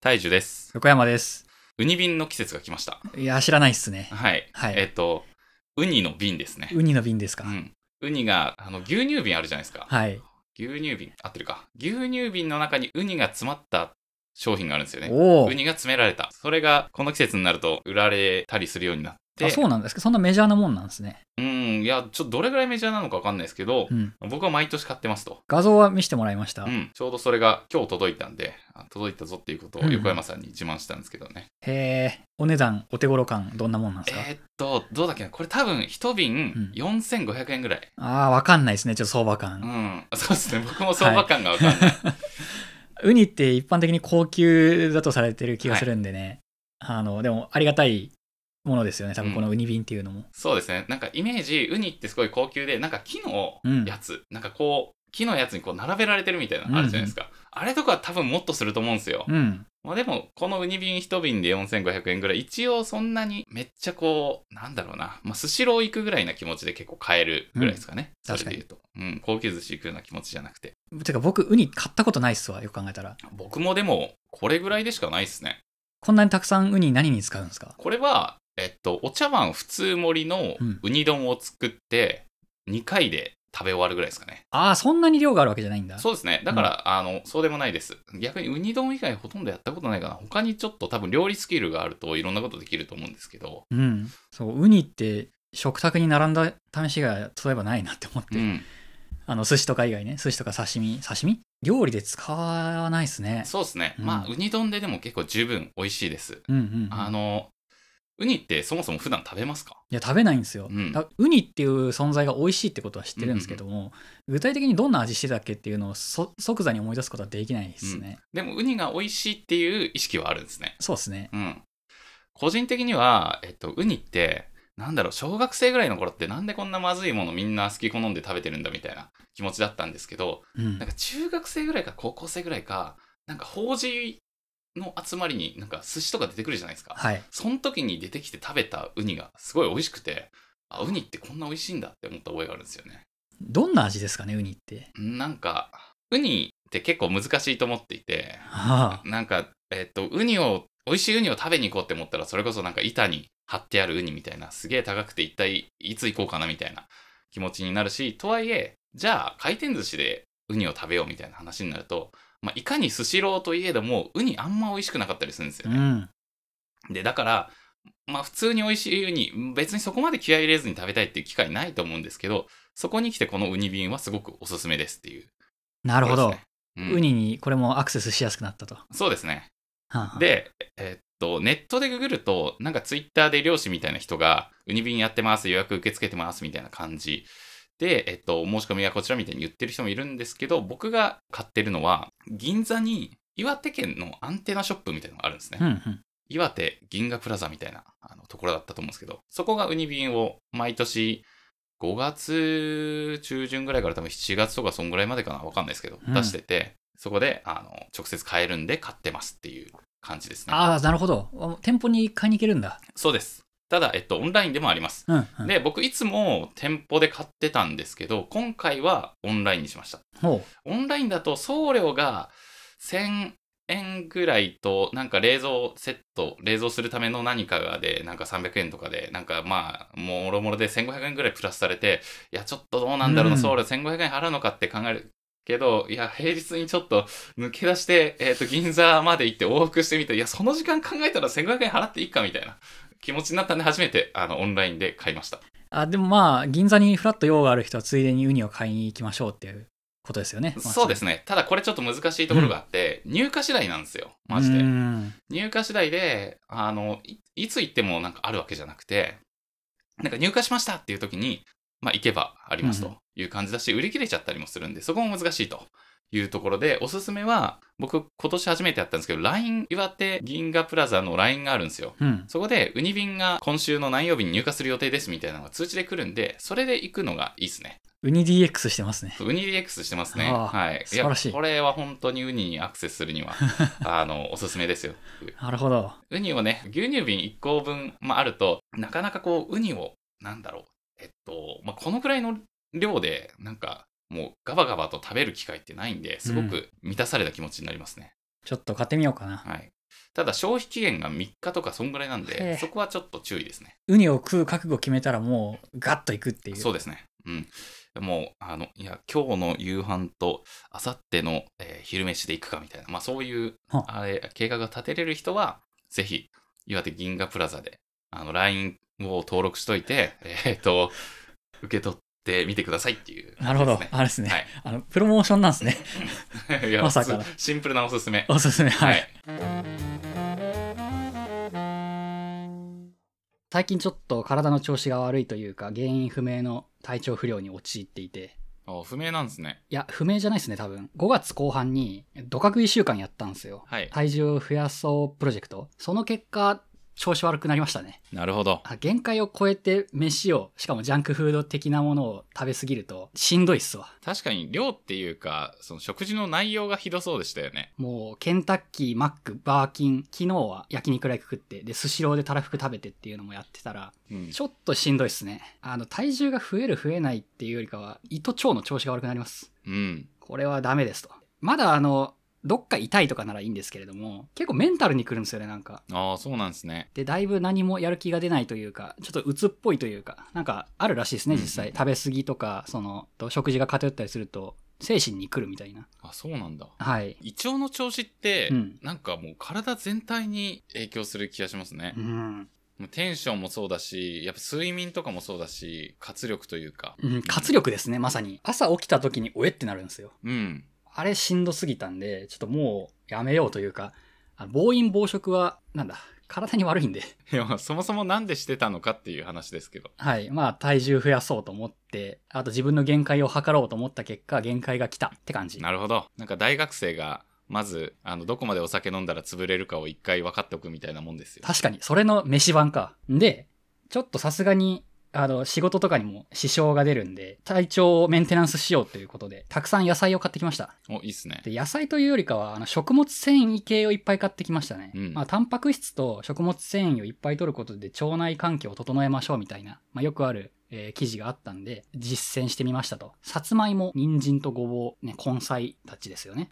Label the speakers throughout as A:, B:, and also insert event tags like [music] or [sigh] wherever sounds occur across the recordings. A: 大樹です。
B: 横山です。
A: ウニ瓶の季節が来ました。
B: いや、知らないっすね。
A: はい。
B: はい
A: えっと、ウニの瓶ですね。
B: ウニの瓶です
A: う
B: か、
A: ん。ウニが、あの、牛乳瓶あるじゃないですか。
B: はい。
A: 牛乳瓶、合ってるか。牛乳瓶の中にウニが詰まった商品があるんですよね。
B: おお
A: ウ。ニが詰められた。それが、この季節になると売られたりするようになって。
B: あ、そうなんですかそんなメジャーなもんなんですね。
A: うん。いや、ちょっとどれぐらいメジャーなのかわかんないですけど
B: う、ん。
A: 僕は毎年買ってますと。
B: 画像は見せてもらいました。
A: う
B: へ
A: ん。ちょうどそれが今日届いたんで、あ届いたぞっていうことを
B: うんうん
A: 横山さんに自慢したんですけどね。
B: え。お値段、お手頃感、どんなもんなんですか、
A: えーっと、どうだっけな、これ多分一瓶
B: う
A: 4500円ぐらい。
B: ああ、わかんないですね。ちょっと相場
A: うん、
B: 感。
A: そうですね、僕も相場感がわかんない。
B: ウニって一般的に高級だとされてる気がするんでね。あの、でも、ありがたいものですよね。多分このウニ瓶っていうのも。
A: そうですね、なんかイメージ、ウニってすごい高級で、なんか木のやつ、なんかこう、木のやつにこう並べられてるみたいなのあるじゃないですか。あれとか多分もっとすると思うんですよ。
B: うん。
A: まあでも、このウニ瓶一瓶で4500円ぐらい、一応そんなにめっちゃこう、なんだろうな、まあ、スシロー行くぐらいな気持ちで結構買えるぐらいですかね。
B: うん
A: それで言うと。うん、高級寿司行くような気持ちじゃなくて。
B: てか、僕、ウニ買ったことないっすわ。よく考えたら。
A: 僕もでも、これぐらいでしかないですね。
B: こんなにたくさんウニ何に使うんですか
A: これは、えっと、お茶碗普通盛りの
B: うん
A: ウニ丼を作って、2回で食べ終わるぐらいですかね。
B: ああ、そんなに量があるわけじゃないんだ。
A: そうですね。だから、あの、そうでもないです。逆にウニ丼以外ほとんどやったことないかな。他にちょっと多分料理スキルがあるといろんなことできると思うんですけど。
B: うん、そうウニって食卓に並んだ試しがそういえばないなって思って、
A: うん。
B: あの寿司とか以外ね寿司とか刺身刺身料理で使わないですね
A: そうですね。
B: うん
A: まあ、ウニ丼ででも結構十分美味しいです。
B: うんうんうん
A: あの、ウニってそもそも普段食べますか
B: いや食べないんですよ、
A: うん
B: だウニっていう存在が美味しいってことは知ってるんですけども、具体的にどんな味してたっけっていうのをそ即座に思い出すことはできないですね、
A: でも、ウニが美味しいっていう意識はあるんですね。
B: そうですね
A: うん。個人的には、えっと、ウニって、なんだろう、小学生ぐらいの頃ってなんでこんなまずいものみんな好き好んで食べてるんだみたいな気持ちだったんですけど、
B: うん
A: なんか中学生ぐらいか高校生ぐらいか、なんか法事の集まりになんか寿司とか出てくるじゃないですか。
B: はい
A: その時に出てきて食べたウニがすごい美味しくて、あ、ウニってこんな美味しいんだって思った覚えがあるんですよね。
B: どんな味ですかねウニって
A: なんか、ウニって結構難しいと思っていて、
B: はあ
A: なんか、えっと、ウニを、美味しいウニを食べに行こうって思ったら、それこそなんか板に貼ってあるウニみたいな、すげえ高くて一体いつ行こうかなみたいな気持ちになるし、とはいえ、じゃあ回転寿司でウニを食べようみたいな話になると、まあ、いかにスシローといえども、ウニあんま美味しくなかったりするんです
B: う
A: よね。
B: ん
A: で、だから、まあ普通に美味しいウニ、別にそこまで気合い入れずに食べたいっていう機会ないと思うんですけど、そこに来てこのウニ瓶はすごくおすすめですっていう、
B: なるほど、
A: そうですねうん
B: ウニにこれもアクセスしやすくなったと、は
A: そうですね。
B: あはあ
A: で、えっと、ネットでググると、なんかツイッターで漁師みたいな人が、ウニ便やってます、予約受け付けてますみたいな感じで、えっと、申し込みはこちらみたいに言ってる人もいるんですけど、僕が買ってるのは、銀座に岩手県のアンテナショップみたいなのがあるんですね。
B: うんうん
A: 岩手銀河プラザみたいなあのところだったと思うんですけど、そこがウニ便を毎年5月中旬ぐらいから多分7月とかそんぐらいまでかな、わかんないですけど、
B: うん
A: 出してて、そこであの直接買えるんで買ってますっていう感じですね。
B: ああなるほどあ店舗に買いに行けるんだ
A: そうです。ただ、えっと、オンラインでもあります。
B: うん、うん、
A: で、僕いつも店舗で買ってたんですけど、今回はオンラインにしました。
B: ほ
A: オンラインだと送料が1000円ぐらいと、なんか冷蔵セット、冷蔵するための何かがで、なんか300円とかで、なんかまあ、もろもろで1500円ぐらいプラスされて、いや、ちょっとどうなんだろうな、
B: うん
A: 送料1500円払うのかって考える。けど、いや、平日にちょっと抜け出して、えっ、と、銀座まで行って往復してみて、いや、その時間考えたら1500円払っていいかみたいな気持ちになったんで、初めて、あの、オンラインで買いました。
B: うあでもまあ銀座にフラット用がある人はついでにウニを買いに行きましょうっていうことですよね
A: そうです
B: ね
A: ね。ただ、これちょっと難しいところがあって、入荷次第なんですよ。マジで。
B: うん
A: 入荷次第で、あの、いいつ行ってもなんかあるわけじゃなくて、なんか入荷しましたっていう時に、まあ行けばあります
B: うんう
A: という感じだし、売り切れちゃったりもするんで、そこも難しいというところで、おすすめは、僕今年初めてやったんですけど、LINE 岩手銀河プラザの LINE があるんですよ。
B: うん
A: そこで、ウニ便が今週の何曜日に入荷する予定ですみたいなのが通知で来るんで、それで行くのがいいですね。
B: ウニ DX してますね
A: ウニ DX してますね。
B: ああ
A: はい。
B: 素晴らしい
A: やこれは本当にウニにアクセスするに
B: [laughs]
A: は、あの、おすすめですよ。
B: なるほど
A: ウニをね、牛乳瓶1個分、まあ、あると、なかなかこう、ウニを、なんだろう、えっと、まあ、このくらいの量で、なんか、もうガバガバと食べる機会ってないんで、すご
B: う
A: く満たされた気持ちになりますね。
B: ちょっと買ってみようかな
A: はい。ただ消費期限が3日とかそんぐらいなん
B: へえ
A: で、そこはちょっと注意ですね。
B: ウニを食う覚悟決めたらもうガッといくっていう。
A: そうですね。うん。もう、あの、いや、今日の夕飯と、あさっての、えー昼飯で行くかみたいな、まあそういう、
B: は
A: あれ、計画が立てれる人は、ぜひ、岩手銀河プラザで、あの、LINE を登録しといて、 [laughs] えっ、と、受け取ってみてくださいっていう、
B: なるほど。
A: ですね
B: あれですね、
A: はい
B: あの。プロモーションなんです
A: [laughs]
B: ね。
A: いや
B: まさかの
A: すシンプルなおすすめ。
B: おすすめ。はい。
A: はい。
B: 最近ちょっと体の調子が悪いというか、原因不明の体調不良に陥っていて。
A: あ不明なんですね。
B: いや、不明じゃないですね、多分。5月後半に、ドカ食い週間やったんですよ。
A: はい。
B: 体重を増やそうプロジェクト。その結果、調子悪くなりましたね。
A: なるほど。
B: あ限界を超えて飯を、しかもジャンクフード的なものを食べ過ぎると、しんどいっすわ。
A: 確かに量っていうか、その食事の内容がひどそうでしたよね。
B: もう、ケンタッキー、マック、バーキン、昨日は焼肉ライク食って、で、スシローでたらふく食べてっていうのもやってたら、
A: うん
B: ちょっとしんどいっすね。あの、体重が増える増えないっていうよりかは、胃と腸の調子が悪くなります。
A: うん。
B: これはダメですと。まだあの、どっか痛いとかならいいんですけれども、結構メンタルに来るんですよね、なんか。
A: ああ、そうなんですね。
B: で、だいぶ何もやる気が出ないというか、ちょっと鬱っぽいというか、なんかあるらしいですね、
A: うん
B: 実際。食べ過ぎとか、その、と食事が偏ったりすると、精神に来るみたいな。
A: あ、そうなんだ。
B: はい。
A: 胃腸の調子って、
B: うん
A: なんかもう体全体に影響する気がしますね
B: う。ん。
A: もうテンションもそうだし、やっぱ睡眠とかもそうだし、活力というか。
B: うん、活力ですね、まさに。朝起きた時におえってなるんですよ。
A: うん。
B: あれしんどすぎたんで、ちょっともうやめようというか、あの暴飲暴食は、なんだ、体に悪いんで。 [laughs]
A: いや、まあそもそもなんでしてたのかっていう話ですけど。
B: はい。まあ、体重増やそうと思って、あと自分の限界を測ろうと思った結果、限界が来たって感じ。
A: なるほど。なんか大学生が、まず、あの、どこまでお酒飲んだら潰れるかを一回分かっておくみたいなもんですよ。
B: 確かに、それの飯版か。で、ちょっとさすがに、あの、仕事とかにも支障が出るんで、体調をメンテナンスしようということで、たくさん野菜を買ってきました。
A: お、いいっすね。
B: で、野菜というよりかは、あの、食物繊維系をいっぱい買ってきましたね。
A: うん
B: まあ、タンパク質と食物繊維をいっぱい取ることで、腸内環境を整えましょうみたいな、まあ、よくある、えー記事があったんで、実践してみましたと。さつまいも、人参とごぼう、ね、根菜たちですよね。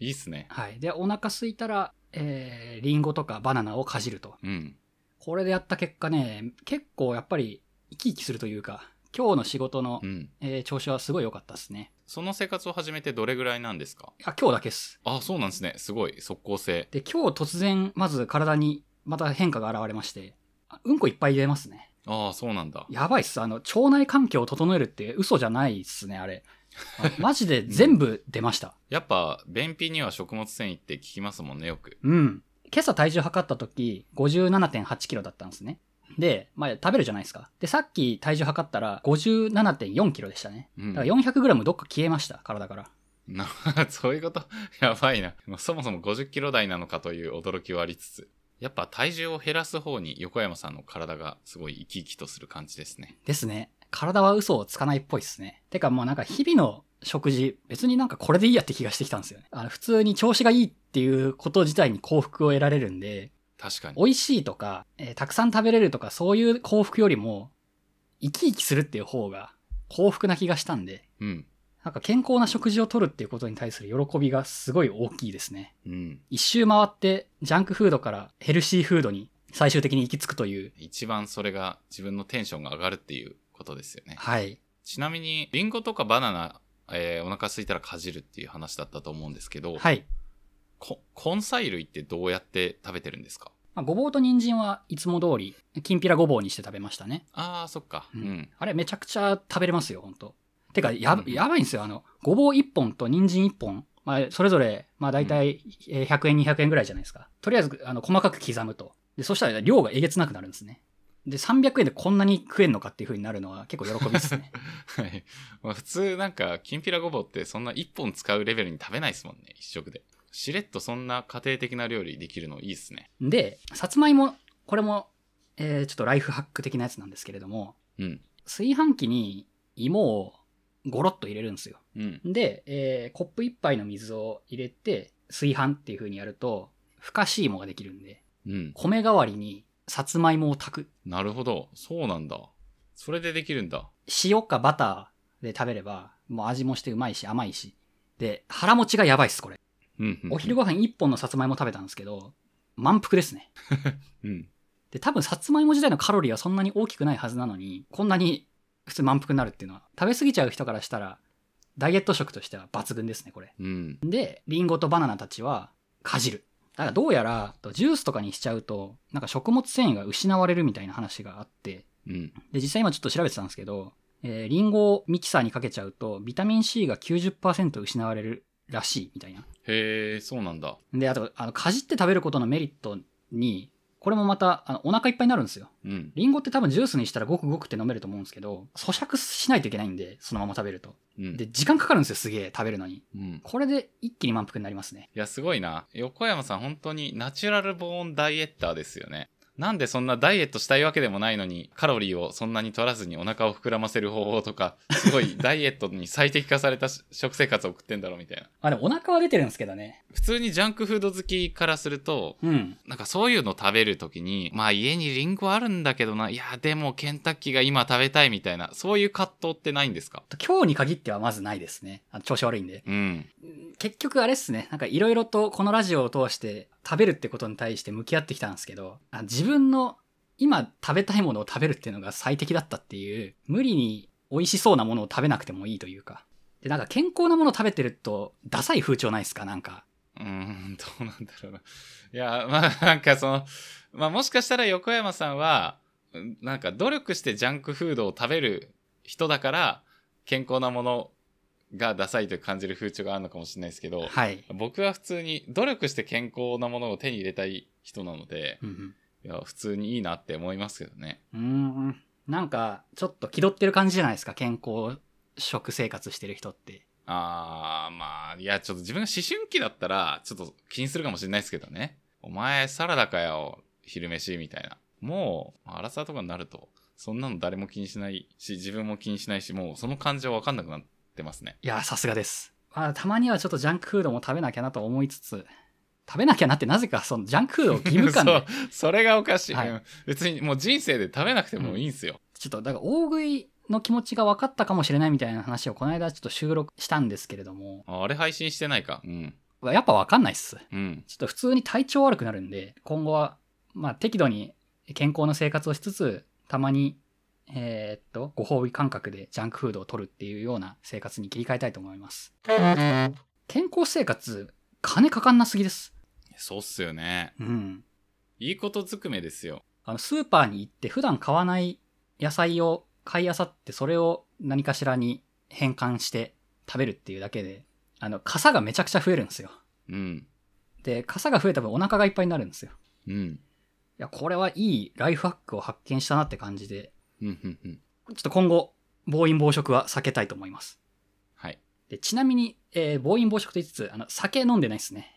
A: いいっすね。
B: はい。で、お腹空いたら、えー、リンゴとかバナナをかじると。
A: うん。
B: これでやった結果ね、結構やっぱり生き生きするというか、今日の仕事の、
A: うん。
B: えー調子はすごい良かったですね。
A: その生活を始めてどれぐらいなんですか
B: あ、今日だけっす。
A: あ、そうなんですね。すごい。即効性。
B: で、今日突然、まず体にまた変化が現れまして、あうんこいっぱい入れますね。
A: ああ、そうなんだ。
B: やばいっす。あの、腸内環境を整えるって嘘じゃないっすね、あれ。
A: [laughs]
B: あマジで全部出ました。
A: やっぱ、便秘には食物繊維って聞きますもんね、よく。
B: うん。今朝体重測った時、57.8キロだったんですね。で、まあ、食べるじゃないですか。で、さっき体重測ったら57.4キロでしたね。
A: うん
B: だから400グラムどっか消えました、体から。
A: な [laughs] そういうことやばいな。まあそもそも50キロ台なのかという驚きはありつつ。やっぱ体重を減らす方に横山さんの体がすごい生き生きとする感じですね。
B: ですね。体は嘘をつかないっぽいですね。てかもうなんか日々の食事、別になんかこれでいいやって気がしてきたんですよね。あの普通に調子がいいっていうこと自体に幸福を得られるんで、
A: 確かに。
B: 美味しいとか、えーたくさん食べれるとかそういう幸福よりも、生き生きするっていう方が幸福な気がしたんで、
A: うん。
B: なんか健康な食事をとるっていうことに対する喜びがすごい大きいですね。
A: うん。
B: 一周回ってジャンクフードからヘルシーフードに最終的に行き着くという、
A: 一番それが自分のテンションが上がるっていうことですよね。
B: はい。
A: ちなみに、リンゴとかバナナ、えーお腹空いたらかじるっていう話だったと思うんですけど、
B: はい。
A: こ根菜類ってどうやって食べてるんですか
B: まあ、ごぼうと人参はいつも通り、きんぴらごぼうにして食べましたね。
A: ああ、そっか。
B: う
A: うんん。
B: あれめちゃくちゃ食べれますよ、ほんと。てか、やば、
A: うん
B: やばいんですよ。あの、ごぼう1本と人参1本、まあ、それぞれ、まあ、大体、えー100円、200円ぐらいじゃないですか。とりあえず、あの、細かく刻むと。で、そしたら量がえげつなくなるんですね。で、300円でこんなに食えんのかっていう風になるのは結構喜びですね。
A: [laughs] はい。まあ、普通なんか、きんぴらごぼうってそんな一本使うレベルに食べないですもんね、一食で。しれっとそんな家庭的な料理できるのいいっすね。
B: で、さつまいも、これも、えーちょっとライフハック的なやつなんですけれども、
A: うん。
B: 炊飯器に芋をゴロッと入れるんですよ。
A: うん。
B: で、えーコップ1杯の水を入れて、炊飯っていう風にやると、ふかし芋ができるんで、
A: うん。
B: 米代わりにさつまいもを炊く。
A: なるほど。そうなんだ。それでできるんだ。
B: 塩かバターで食べれば、もう味もしてうまいし甘いし。で、腹持ちがやばいっす、これ。
A: うん、うん。
B: お昼ご飯1本のさつまいも食べたんですけど、満腹ですね。
A: うん。
B: で、多分さつまいも自体のカロリーはそんなに大きくないはずなのに、こんなに普通満腹になるっていうのは、食べ過ぎちゃう人からしたら、ダイエット食としては抜群ですね、これ。
A: うん。
B: で、リンゴとバナナたちはかじる。だからどうやら、とジュースとかにしちゃうと、なんか食物繊維が失われるみたいな話があって、
A: うん。
B: で、実際今ちょっと調べてたんですけど、えーリンゴをミキサーにかけちゃうと、ビタミン C が90%失われるらしいみたいな。
A: へえ、そうなんだ。
B: で、あと、あの、かじって食べることのメリットに、これもまた、あの、お腹いっぱいになるんですよ。
A: うん。
B: リンゴって多分ジュースにしたらごくごくって飲めると思うんですけど、咀嚼しないといけないんで、そのまま食べると。
A: うん。
B: で、時間かかるんですよ、すげえ食べるのに。
A: うん。
B: これで一気に満腹になりますね。
A: いや、すごいな。横山さん、本当にナチュラルボーンダイエッターですよね。なんでそんなダイエットしたいわけでもないのに、カロリーをそんなに取らずにお腹を膨らませる方法とか、すごいダイエットに最適化されたし食生活を送ってんだろうみたいな。
B: あ、でもお腹は出てるんですけどね。
A: 普通にジャンクフード好きからすると、
B: うん。
A: なんかそういうの食べるときに、まあ家にリンゴあるんだけどな、いや、でもケンタッキーが今食べたいみたいな、そういう葛藤ってないんですか
B: 今日に限ってはまずないですね。あの調子悪いんで。
A: うん。
B: 結局あれっすね。なんかいろいろとこのラジオを通して食べるってことに対して向き合ってきたんですけど、あ自分の今食べたいものを食べるっていうのが最適だったっていう、無理に美味しそうなものを食べなくてもいいというか。で、なんか健康なものを食べてると、ダサい風潮ないですかなんか。
A: うーん、どうなんだろうな。いや、まあなんかその、まあもしかしたら横山さんは、うんなんか努力してジャンクフードを食べる人だから、健康なものがダサいと感じる風潮があるのかもしれないですけど、
B: はい。
A: 僕は普通に努力して健康なものを手に入れたい人なので、
B: うん
A: いや、普通にいいなって思いますけどね。
B: うん。うーん。なんか、ちょっと気取ってる感じじゃないですか。健康食生活してる人って。
A: あー、まあ、いや、ちょっと自分が思春期だったら、ちょっと気にするかもしれないですけどね。お前、サラダかよ、昼飯、みたいな。もう、アラサーとかになると、そんなの誰も気にしないし、自分も気にしないし、もうその感情わかんなくなってますね。
B: いやー、さすがです。まあ、たまにはちょっとジャンクフードも食べなきゃなと思いつつ、食べなきゃなってなぜかそのジャンクフードを義務感
A: [laughs] そ
B: [laughs] で
A: う、それがおかしい。
B: はい
A: うん別にもう人生で食べなくてもいいんすよ。
B: ちょっと、だから大食いの気持ちが分かったかもしれないみたいな話をこの間ちょっと収録したんですけれども、
A: ああれ配信してないか。うん。
B: やっぱ分かんないっす。
A: うん。
B: ちょっと普通に体調悪くなるんで、今後は、まあ適度に健康な生活をしつつ、たまに、えーっと、ご褒美感覚でジャンクフードを取るっていうような生活に切り替えたいと思います。健康生活、金かかんなすぎです。
A: そうっすよね。
B: うん。
A: いいことずくめですよ。
B: あの、スーパーに行って普段買わない野菜を買い漁って、それを何かしらに変換して食べるっていうだけで、あの、傘がめちゃくちゃ増えるんですよ。
A: うん。
B: で、傘が増えた分お腹がいっぱいになるんですよ。
A: うん。
B: いや、これはいいライフハックを発見したなって感じで、
A: うん、うん、うん。
B: ちょっと今後、暴飲暴食は避けたいと思います。
A: はい。
B: で、ちなみに、えー暴飲暴食と言いつつ、あの、酒飲んでないですね。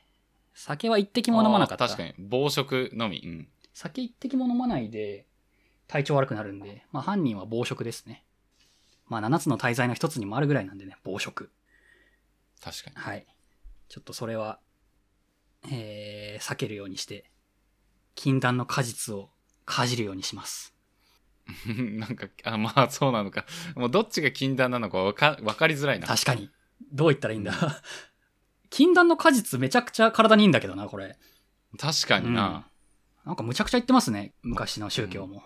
B: 酒は一滴も飲まなかった。
A: あー確かに。暴食のみ。うん。
B: 酒一滴も飲まないで体調悪くなるんで、まあ犯人は暴食ですね。まあ7つの大罪の一つにもあるぐらいなんでね、暴食。
A: 確かに。
B: はい。ちょっとそれは、えー、避けるようにして、禁断の果実をかじるようにします。
A: [laughs] なんか、あ、まあそうなのか。もうどっちが禁断なのかわかわかりづらいな。
B: 確かに。どう言ったらいいんだ。 [laughs] 禁断の果実めちゃくちゃ体にいいんだけどな、これ。
A: 確かにな、
B: うんなんかむちゃくちゃ言ってますね、昔の宗教も。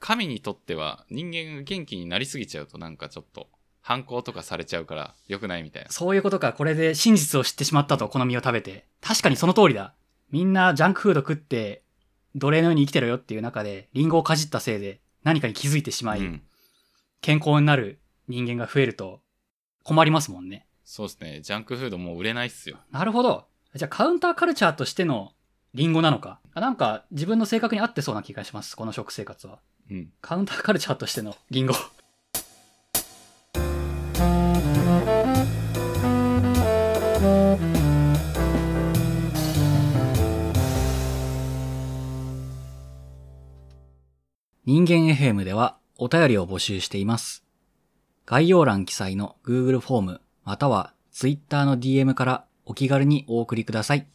A: 神にとっては人間が元気になりすぎちゃうとなんかちょっと反抗とかされちゃうから良くないみたいな。
B: そういうことか、これで真実を知ってしまったと、お好みを食べて。確かにその通りだ。みんなジャンクフード食って、奴隷のように生きてろよっていう中で、リンゴをかじったせいで、何かに気づいてしまい、
A: うん。
B: 健康になる人間が増えると、困りますもんね。
A: そうですね。ジャンクフードもう売れないっすよ。
B: なるほど。じゃあ、カウンターカルチャーとしてのリンゴなのか。あなんか、自分の性格に合ってそうな気がします、この食生活は。
A: うん。
B: カウンターカルチャーとしてのリンゴ。人間 FM ではお便りを募集しています。概要欄記載の Google フォームまたは Twitter の DM からお気軽にお送りください。